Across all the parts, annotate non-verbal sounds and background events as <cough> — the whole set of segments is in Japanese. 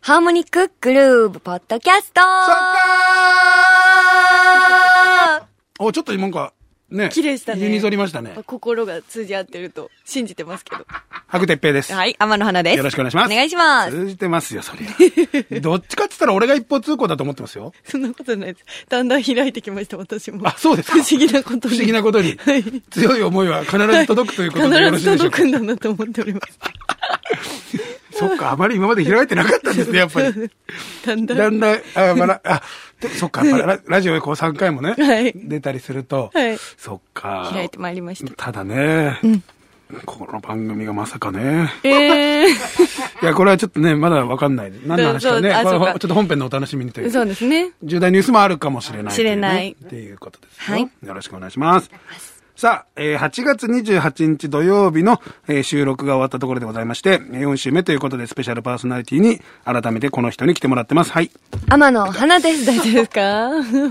ハーモニックグルーブポッドキャストサッカーお、ちょっと今なんか、ね。綺麗でしたねユニゾりましたね。心が通じ合ってると信じてますけど。白鉄平で <laughs> す。はい、天野花です。よろしくお願いします。お願いします。通じてますよ、そり <laughs> ゃ。どっちかって言ったら俺が一方通行だと思ってますよ。そんなことないです。だんだん開いてきました、私も。あ、そうです不か。思議なこと不思議なことにはい。強い思いは必ず届くということでよろ必しずいでしょう届かく。んだなと思っております。 <laughs> そっか、あまり今まで開いてなかったんですね、やっ <laughs> ぱり。だんだん。だんだん、 <laughs> あ、まだ、あ、でそっか、やっぱララジオでこう3回もね、はい出たりすると、はいそっか。開いてまいりました。ただね、この番組がまさかね。ええいや、これはちょっとね、まだわかんない。何の話そうそうあかね。まあそうかほちょっと本編のお楽しみにといー。う。そうですね。重大ニュースもあるかもしれないとうね知れないっていうことですよ。はいよろしくお願いします。さあ、えー8月28日土曜日の、えー収録が終わったところでございまして、4週目ということでスペシャルパーソナリティに改めてこの人に来てもらってます。はい。天野花です。大丈夫ですか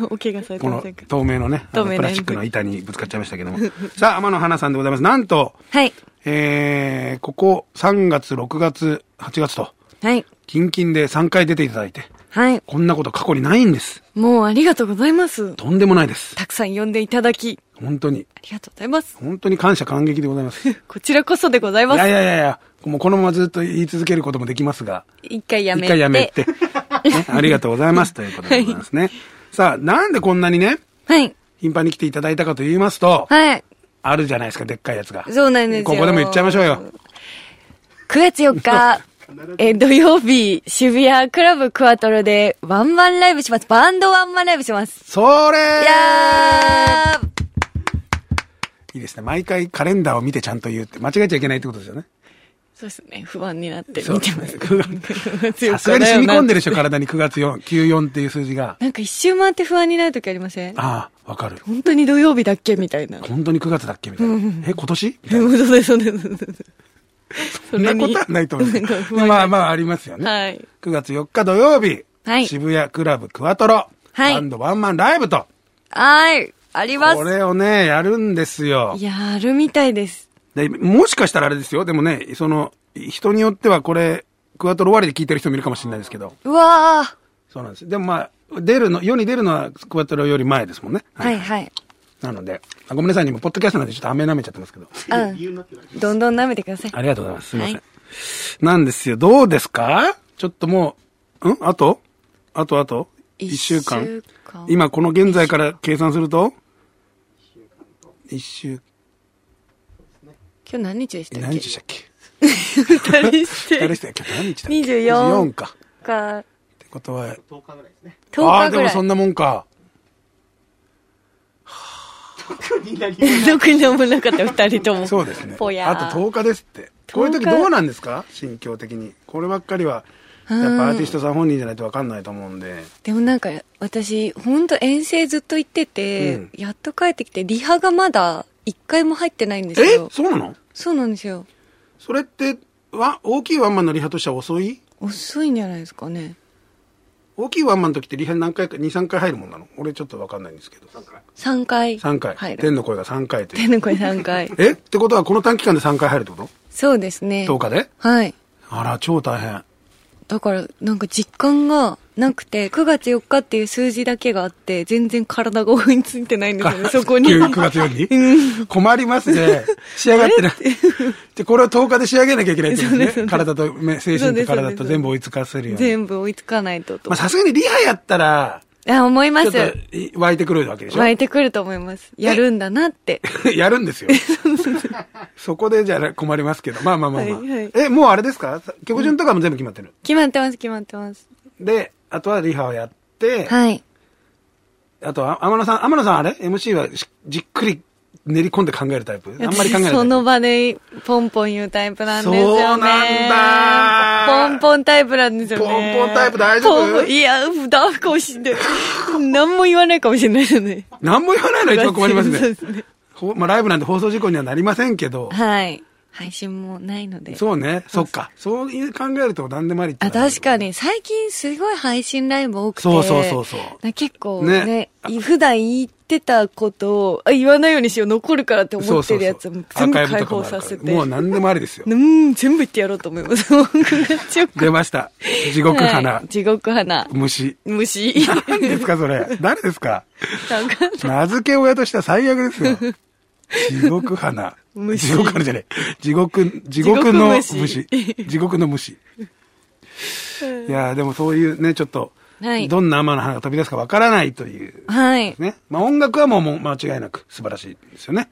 <laughs> お怪我されてこまのせんか透明のね、あの透明なプラスチックの板にぶつかっちゃいましたけども。 <laughs> さあ、天野花さんでございます。なんと、はい。えー、ここ3月、6月、8月と、はい。キンキンで3回出ていただいて、はい。こんなこと過去にないんです。もうありがとうございます。とんでもないです。たくさん呼んでいただき、本当に。ありがとうございます。本当に感謝感激でございます。いこちらこそでございまやいす。やいやいや、もうこのままずっと言い続けることもできますが、一回やめて。一回やめ <laughs> て、ねありがとうございますということでございますね。さあ、なんでこんなにね、 <laughs> はい。頻繁に来ていただいたかと言いますと、はい。あるじゃないですか、でっかいやつが。そうなんですよここでも言っちゃいましょうよ。 9月4日、 <laughs> えー、土曜日、渋谷クラブクワトロでワンマンライブします。バンドワンマンライブします。それいやーいいですね。毎回カレンダーを見てちゃんと言うって、間違えちゃいけないってことですよね。そうですね。不安になって見てそうまですねす。さすがに染み込んでるでしょ、体に9月4、94っていう数字が。なんか一周回って不安になるときありませんああ、わかる。本当に土曜日だっけみたいな。本当に9月だっけみたいな。え、今年みたい <laughs> な。そうです、そうです。そうですそんなことはない <laughs> と思いまそれす。にでもまあまあありますよね。 <laughs> はい。 9月4日土曜日、はい渋谷クラブクワトロ、はいバンドワンマンライブと、はい。ありまこす。れをね、やるんですよ。やるみたいです。で、もしかしたらあれですよ。でもね、その、人によってはこれ、クワトロ終わりで聞いてる人もいるかもしれないですけど、うわー。そうなんです。でもまあ、出るの、世に出るのはクワトロより前ですもんね。はいはい。なので、あごめんなさい、今、ポッドキャストなんでちょっと飴舐めちゃってますけど。うん。どんどん舐めてください。ありがとうございます。すいません。はなんですよ。どうですかちょっともう、んあとあとあと一一週週間間今この現在から計算すると一週、今日何日でしたっけ何日でしたっけ二人して。誰でしたっけ今日何日だっけ24 24か。っか、てことは、ああ10日ー、でぐもらいそ。んなもんか。特に何もなかった、二人とも。そうですね。ぽやーあと10日ですって。こういう時10日どうなんですか心境的に。こればっかりは、やっぱアーティストさん本人じゃないとわかんないと思うんで。でもなんか、私、ほんと遠征ずっと行ってて、うんやっと帰ってきて、リハがまだ一回も入ってないんですえよ。そうなのそうなんですよ。それって、わ、大きいワンマンのリハとしては遅い遅いんじゃないですかね。大きいワンマンの時ってリハ何回か、2、3回入るもんなの俺ちょっとわかんないんですけど。 3回。 3回。入天る。の声が3回という。天の声3回。えってことはこの短期間で3回入るってこそうですね。と ?10 日ではい。あら、超大変。だから、なんか実感がなくて、9月4日っていう数字だけがあって、全然体が追いついてないんですよね、そこに。 9月4日困りますね。仕上がってない。で、これを10日で仕上げなきゃいけないってことですね。体と、め精そう神でとすそうです体と全部追いつかせるように。全部追いつかないととまあ、。さすがにリハやったら、あ、思いまちょっす。とい湧いてくるわけでしょ湧いてくると思います。やるんだなって。 <laughs> やるんですよ。そこでじゃあ困りますけど。まあまあまあまあ。はいはいえ、もうあれですか曲順とかも全部決まってる。決まってます、決まってます。で、あとはリハをやって、はい。あとは天野さん、天野さんあれ ?MC はしじっくり練り込んで考えるタイプあんまり考えないタイプ。その場でポンポン言うタイプなんですよね。そうなんだポンポンタイプなんですよね。ポンポンタイプ大丈夫ポンポンいや、ダフかもしんない。何も言わないかもしれないです <laughs> ね。何も言わないの一番困りますそうねで。すね。ほまあ、ライブなんて放送事故にはなりませんけど。はい。配信もないので。そうね。そっか。そういう考えると何でもありってあ、なる確かに、最近すごい配信ライブ多くて。そうそうそうそうな結構ねねい普段行ってたことを、あ、言わないようにしよう、残るからって思ってるやつそうそうもそう全部アーカイ解ブとかも放あるからさせて。もう何でもありです <laughs> よ。うん、全部言ってやろうと思います。文句がちょっ出ました。地獄花、はい地獄花。虫。 <laughs> 虫。何ですか、それ。誰ですかなんか名付け親としては最悪ですよ。地獄花。虫地獄花じゃねえ。地獄、地獄の地獄虫虫。地獄の虫。いやーでもそういうね、ちょっと、はいどんな天の花が飛び出すかわからないという、はい。ね。まあ音楽はもうもう間違いなく素晴らしいですよね。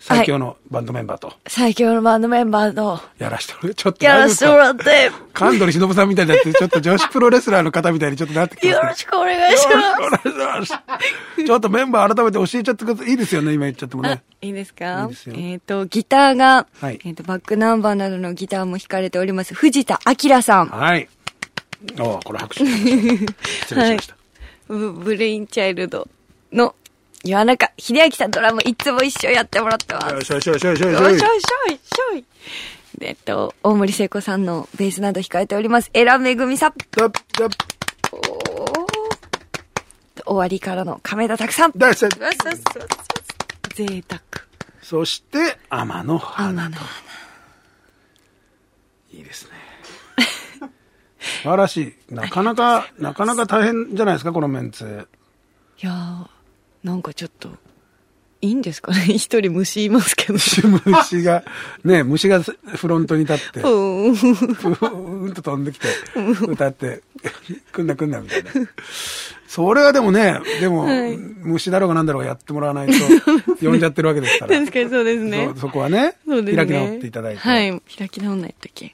最強のバンドメンバーと最強のバンドメンバーの、やらしてもらう。ちょっとや大丈夫らでせすてもらっか。て、神取忍さんみたいになって、ちょっと女子プロレスラーの方みたいにちょっとなってきてよまろすしくお願いしね。まよろしくお願いします。ちょっとメンバー改めて教えちゃってください。いいですよね、今言っちゃってもす。ねあ。いいですかいいですよえっ、と、ギターが、はいえっ、と、バックナンバーなどのギターも弾かれております、藤田明さん。はい。おこれ拍手。失礼しました。ブブレインチャイルドの岩中秀明さんドラムいつも一緒やってもらってます。よよいいししょよいしょよいしょよいしょょいしょいしょい。でえっと、大森聖子さんのベースなど控えております。エラめぐみさん。だだおー終わりからの亀田拓さん。だだだ贅沢。そして、天の花天のと。いいですね。素晴らしい。なかなか、なかなか大変じゃないですか、このメンツ。いやー、なんかちょっと、いいんですかね <laughs> 一人虫いますけど。虫が、ね、虫がフロントに立って、ううん。ーんと飛んできて、歌って、くんなくんなみたいな。それはでもね、でも、虫だろうがなんだろうがやってもらわな <laughs> いと、呼んじゃってるわけですから。確かにそうですねそ。そこはねそうですね。開き直っていただいて。はい。開き直んないといけん。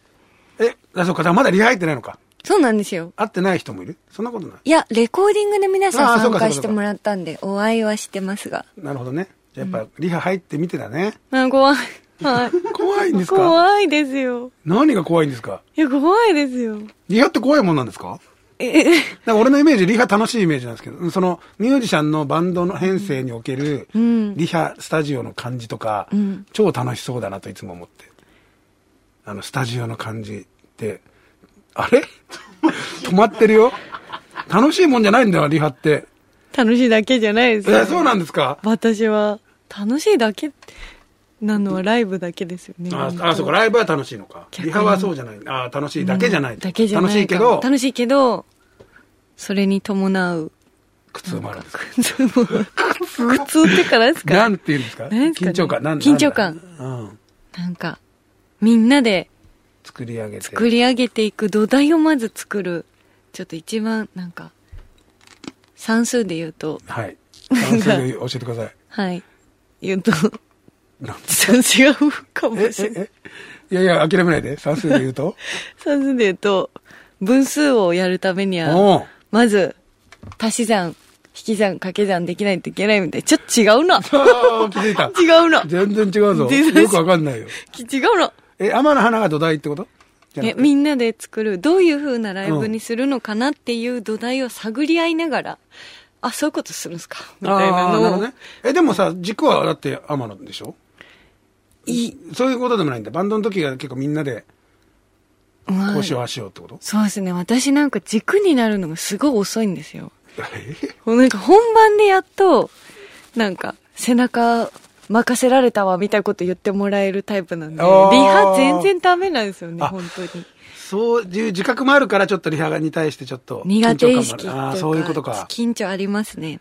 え、あ、そうか、じゃあまだリハ入ってないのか。そうなんですよ。会ってない人もいるそんなことない。いや、レコーディングで皆あさーんそ参うかそうか加してもらったんで、お会いはしてます <laughs> が。なるほどね。じゃあやっぱ、リハ入ってみてだね。あ、怖い。はい。怖いんですか怖いですよ。何が怖いんですかいや、怖いですよ。リハって怖いもんなんですかえ、えなんか俺のイメージ、リハ楽しいイメージなんですけど、そのミュージシャンのバンドの編成における、リハ、スタジオの感じとか、超楽しそうだなといつも思って。あの、スタジオの感じって、あれ <laughs> 止まってるよ。楽しいもんじゃないんだよ、リハって。楽しいだけじゃないでえすよ。そうなんですか私は、楽しいだけなのはライブだけですよね。ああ、そうか、ライブは楽しいのか。逆にリハはそうじゃない。ああ、楽しいだけじゃない。だけじゃない楽しいけかもど、楽しいけど、それに伴 <laughs> う。苦痛もあるんです。靴も苦痛ってからですなかんて言うんですかなんですかね緊張感。なん緊張感なんだうん。なんか、みんなで作り上げて。作り上げていく土台をまず作る。ちょっと一番、なんか、算数で言うと、はい。算数で教えてください。はい。言うと、なんてちょっと違うかもえしれない。ええい <laughs> やいや、諦めないで。算数で言うと。算数で言うと、分数をやるためには、おうまず、足し算、引き算、掛け算できないといけないみたい。ちょっと違う <laughs> な。あー気づいた。 <laughs> 違うな。全然違うぞ。全然違うよくわかんないよ。違うな。え、天の花が土台ってことじゃなえくてみんなで作るどういう風なライブにするのかなっていう土台を探り合いながら、あそういうことするんですかみたいなあーるのほをどね。え、でもさ、軸はだって天野でしょいそういうことでもないんだ。バンドの時が結構みんなで、うんこうしよう、ああしようってことそうですね私なんか軸になるのがすごい遅いんですよえもうなんか本番でやっとなんか背中任せられたわみたいなこと言ってもらえるタイプなんでリあーハ全然ダメなんですよねあ本当に <laughs> そういう自覚もあるから、ちょっとリハに対してちょっと苦手意識って緊張感もあるあーそういうことか。緊張ありますね。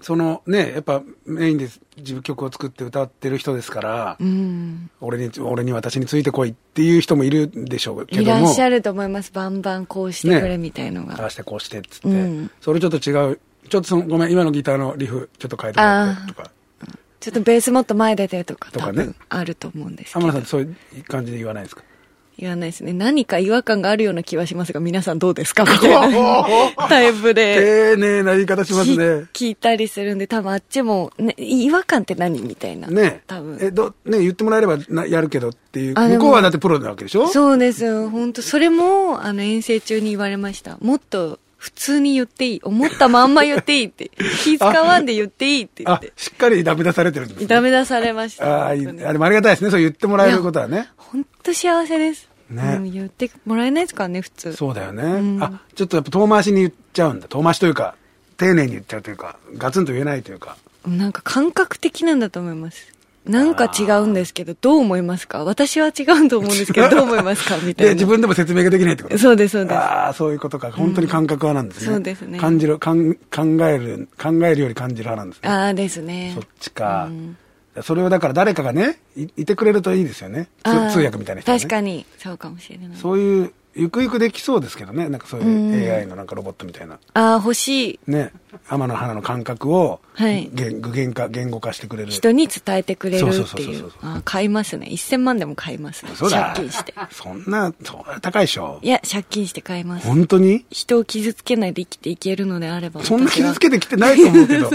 そのね、やっぱメインで自分曲を作って歌ってる人ですから、うん。俺に、俺に私についてこいっていう人もいるんでしょうけいどらも。っしゃると思います。バンバンこうしてくれみたいのが。ああしてこうしてっつって、うんそれちょっと違う。ちょっとその、ごめん、今のギターのリフ、ちょっと変えてもらってとか。ちょっとベースもっと前出てとか、と多かね分あると思うんですけ天野さどん。そういう感じで言わないですか言わないですね何か違和感があるような気はし <laughs> ますが皆さんどうですかみおたいなおおタイプで丁寧な言い方しますね。き聞いたりするんで、多分あっちも、ね、違和感って何みたいな。ね多分え、ど、ね言ってもらえればなやるけどっていう。あでも向こうはだってプロなわけでしょそうですよ。本当それも、あの、遠征中に言われました。もっと、普通に言っていい。思ったまんま言っていい <laughs> って。気使わんで言っていいって言っあて、。しっかりダメ出されてるんですねダメ出されました。ああ、いい。本当にあれもありがたいですね。そう言ってもらえることはね。本当幸せです。ねうん言ってもらえないですからね、普通。そうだよね。あ、ちょっとやっぱ遠回しに言っちゃうんだ。遠回しというか、丁寧に言っちゃうというか、ガツンと言えないというか。なんか感覚的なんだと思います。なんか違うんですけど、どう思いますか私は違うと思うんですけど、<laughs> どう思いますかみたで、い自な。分でも説明ができないってことそうです、そうです。ああ、そういうことか。本当に感覚派なんですね。うんそうですね感じる、かん考える、考えるより感じる派なんですね。ああですねそっ。ちか。それをだから誰かがね、いいてくれるといいですよね。つあー通訳みたいな人がね。確かに、そうかもしれない。そういう、ゆくゆくできそうですけどね。なんかそういう AI のなんかロボットみたいな。ああ、欲しいね。天の花の感覚を、はい言具現化、言語化してくれる。人に伝えてくれるそうっそうてそういそうう。あー買いますね。1000万でも買います、ね。そうだ借金して。。そんな、そんな高いでしょい。や、借金して買います。本当に人を傷つけないで生きていけるのであれば。そんな私は傷つけてきてないと思うけど。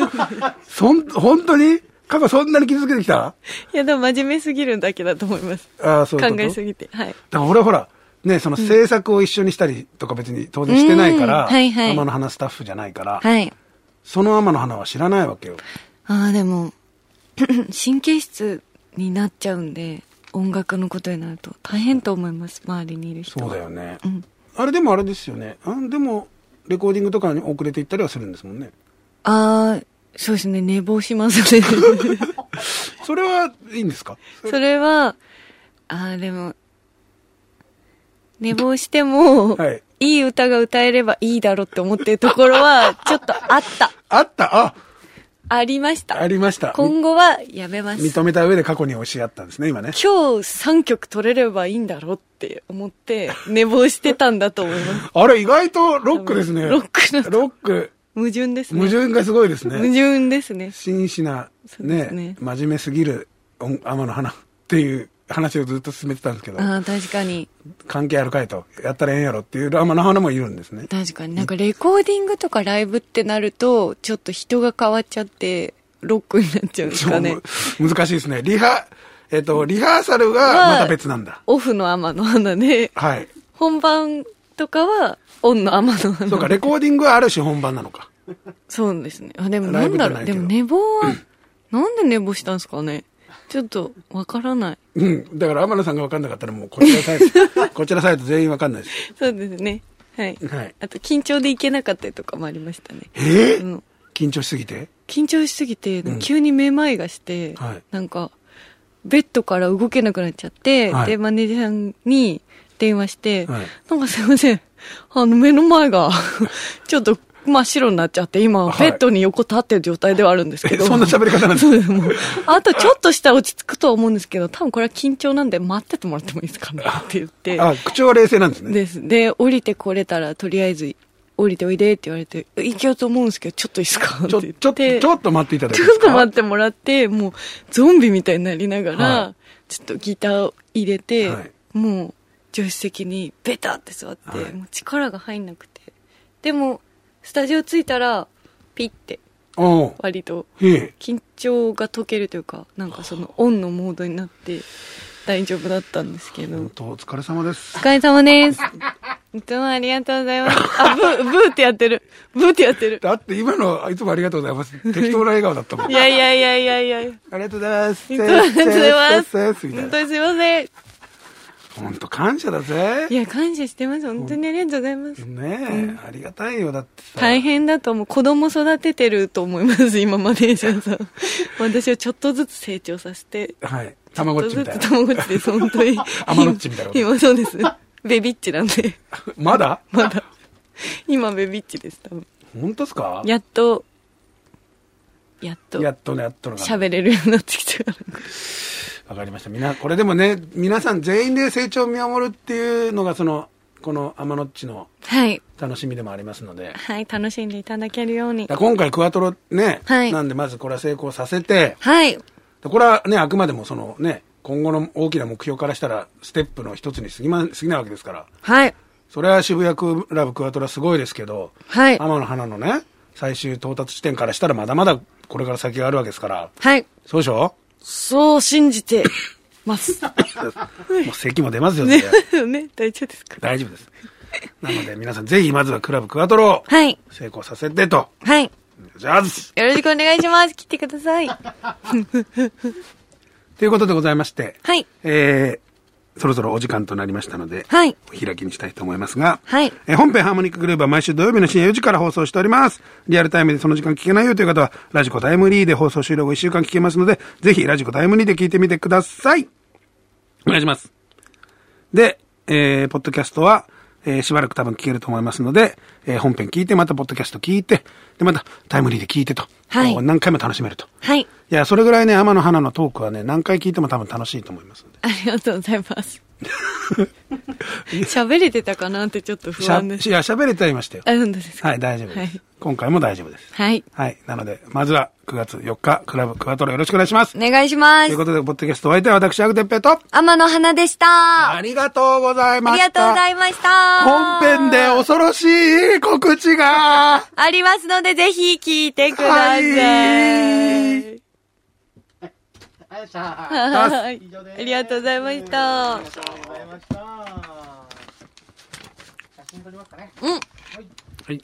そん、本当に過去そんなに傷つけてきたいや、でも真面目すぎるだけだと思います。ああ、そういうこ考とえすぎて。はい。だから俺はほら、ね、その制作を一緒にしたりとか別に当然してないから、うんはいはい天の花スタッフじゃないから、はい。その天の花は知らないわけよ。ああ、でも、 <clears throat> 神経質になっちゃうんで、音楽のことになると大変と思います、周りにいる人そうだよ。よね。うん。あれでもあれですよね。あでも、レコーディングとかに遅れていったりはするんですもんね。ああ、そうですね、寝坊します <laughs> ね。それはいいんですかそれは、ああ、でも、寝坊しても、はいい、い歌が歌えればいいだろうって思ってるところ <laughs> は、ちょっとあった。あったあありました。ありました。今後はやめます。認めた上で過去に教え合ったんですね、今ね。今日3曲取れればいいんだろうって思って、寝坊してたんだと思います。あれ意外とロックですね。ロックだロック。矛盾ですね。矛盾がすごいです矛ね。盾ですね。真摯な、そうでねすね真面目すぎる音天の花っていう話をずっと進めてたんですけど、ああ、確かに。関係あるかいと、やったらええんやろっていう天の花もいるんですね。確かに。なんかレコーディングとかライブってなると、ちょっと人が変わっちゃって、ロックになっちゃうんですかね。そう難しいですね。リハ、えっと、リハーサルがはまた別なんだ。オフの天の花で、はい。本番とかは、オンの天の花。そうか、レコーディングはある種本番なのか。そうですね。あ、でもラなイブんじゃだろ。ないうけでども寝坊は、なんで寝坊したんですかね。ちょっと、わからない。うん。だから天野さんが分かんなかったらもうこちらサイ <laughs> ド、こちらサイド全員分かんないです。そうですね。はい。はいあと、緊張でいけなかったりとかもありましたね。えーうん緊張しすぎて緊張しすぎてうん、急にめまいがして、はいなんか、ベッドから動けなくなっちゃって、はいで、マネージャーさんに電話して、はいなんかすいません、あの、目の前が、 <laughs> ちょっと真っ白になっちゃって、今、はいベッドに横立ってる状態ではあるんですけえど、そんな喋り方なんですそかうです、もう。あとちょっとしたら落ち着くとは思うんですけど、多分これは緊張なんで待っててもらってもいいですかねって言って。あ、口調は冷静なんですね。です。で、降りてこれたら、とりあえず、降りておいでって言われて、行けようと思うんですけど、ちょっといいですかちょ、って言ちょっ、ちょて、っと待っていただけちますょっかと待ってもらって、もう、ゾンビみたいになりながら、はちょっとギターを入れて、はいもう、助手席にベタって座って、はいもう力が入んなくて。でも、スタジオ着いたら、ピッて、おう割と、へえ。緊張が解けるというか、なんかその、オンのモードになって、大丈夫だったんですけど。本当お疲れ様ですお。疲れ様です。いつもありがとうございます。あ、ブー、ブーってやってる。ブーってやってる。だって今の、あいつもありがとうございます。適当な笑顔だっ <laughs> たもん。あいりやいやいやいやいや。いがとうございます。つもありがとうございませーせす。ーせーせーみ本たい当にすいません。な本当感謝だぜい。や、感謝してます。本当にありがとうございます。ねえ、ありがたいよ。だってさ。大変だと思う。子供育ててると思います。今、マネージャーさ <laughs> ん。私をちょっとずつ成長させて。はい。たまごっちみたいちな。ょっとずつ、たまごっちです。本当に。まごっ <laughs> ちみたいなこと今、そうです。ベビッチなん <laughs> で。まだまだ。今、ベビッチです。多分。本当っすかやっと、やっと。やっとね、やっとのが。喋れるようになってきたから。わかりました。みな、これでもね、皆さん全員で成長を見守るっていうのが、その、この天のっちのはい。楽しみでもありますので。はい、楽しんでいただけるようにだか。ら今回クワトロね、はいなんでまずこれは成功させて、はい。これはね、あくまでもそのね、今後の大きな目標からしたら、ステップの一つに過ぎ,、ま、過ぎないわけですから、はい。それは渋谷クラブクワトラすごいですけど、はい。天の花のね、最終到達地点からしたらまだまだこれから先があるわけですから、はい。そうでしょそう信じて <laughs> ます。もう咳も出ますよねね。、ね、大丈夫ですか大丈夫です。なので皆さんぜひまずはクラブクワトロをはい。成功させてと。はい。じゃあずよろしくお願いします。来てください。ということでございまして、はい。えーそろそろお時間となりましたので、はいお開きにしたいと思いますが、はいえー本編ハーモニックグループは毎週土曜日の深夜4時から放送しております。リアルタイムでその時間聞けないよという方は、ラジコタイムリーで放送終了後1週間聞けますので、ぜひラジコタイムリーで聞いてみてください。お願いします。で、えー、ポッドキャストは、えー、しばらく多分聞けると思いますので、えー、本編聞いて、またポッドキャスト聞いて、で、またタイムリーで聞いてと。はいこう何回も楽しめると。はい。いや、それぐらいね、天野花のトークはね、何回聞いても多分楽しいと思いますので。ありがとうござい <laughs> ます。喋れてたかなってちょっと不しゃ、安でいす。や、喋れちゃいましたよ。あ、本当ですかはい、大丈夫です。はい今回も大丈夫です。はい。はい。なので、まずは9月4日、クラブクワトロよろしくお願いします。お願いしまとすいうこ。とで、ポッドキャストお相手は私、アグテッペイと、天野花でした。ありがとうございまあしりがとうた。ございました。本編で恐ろしい告知が。ありますので、ぜひ聞いてください。ははい。ありがとうございました。写真撮りますかねうん。はい。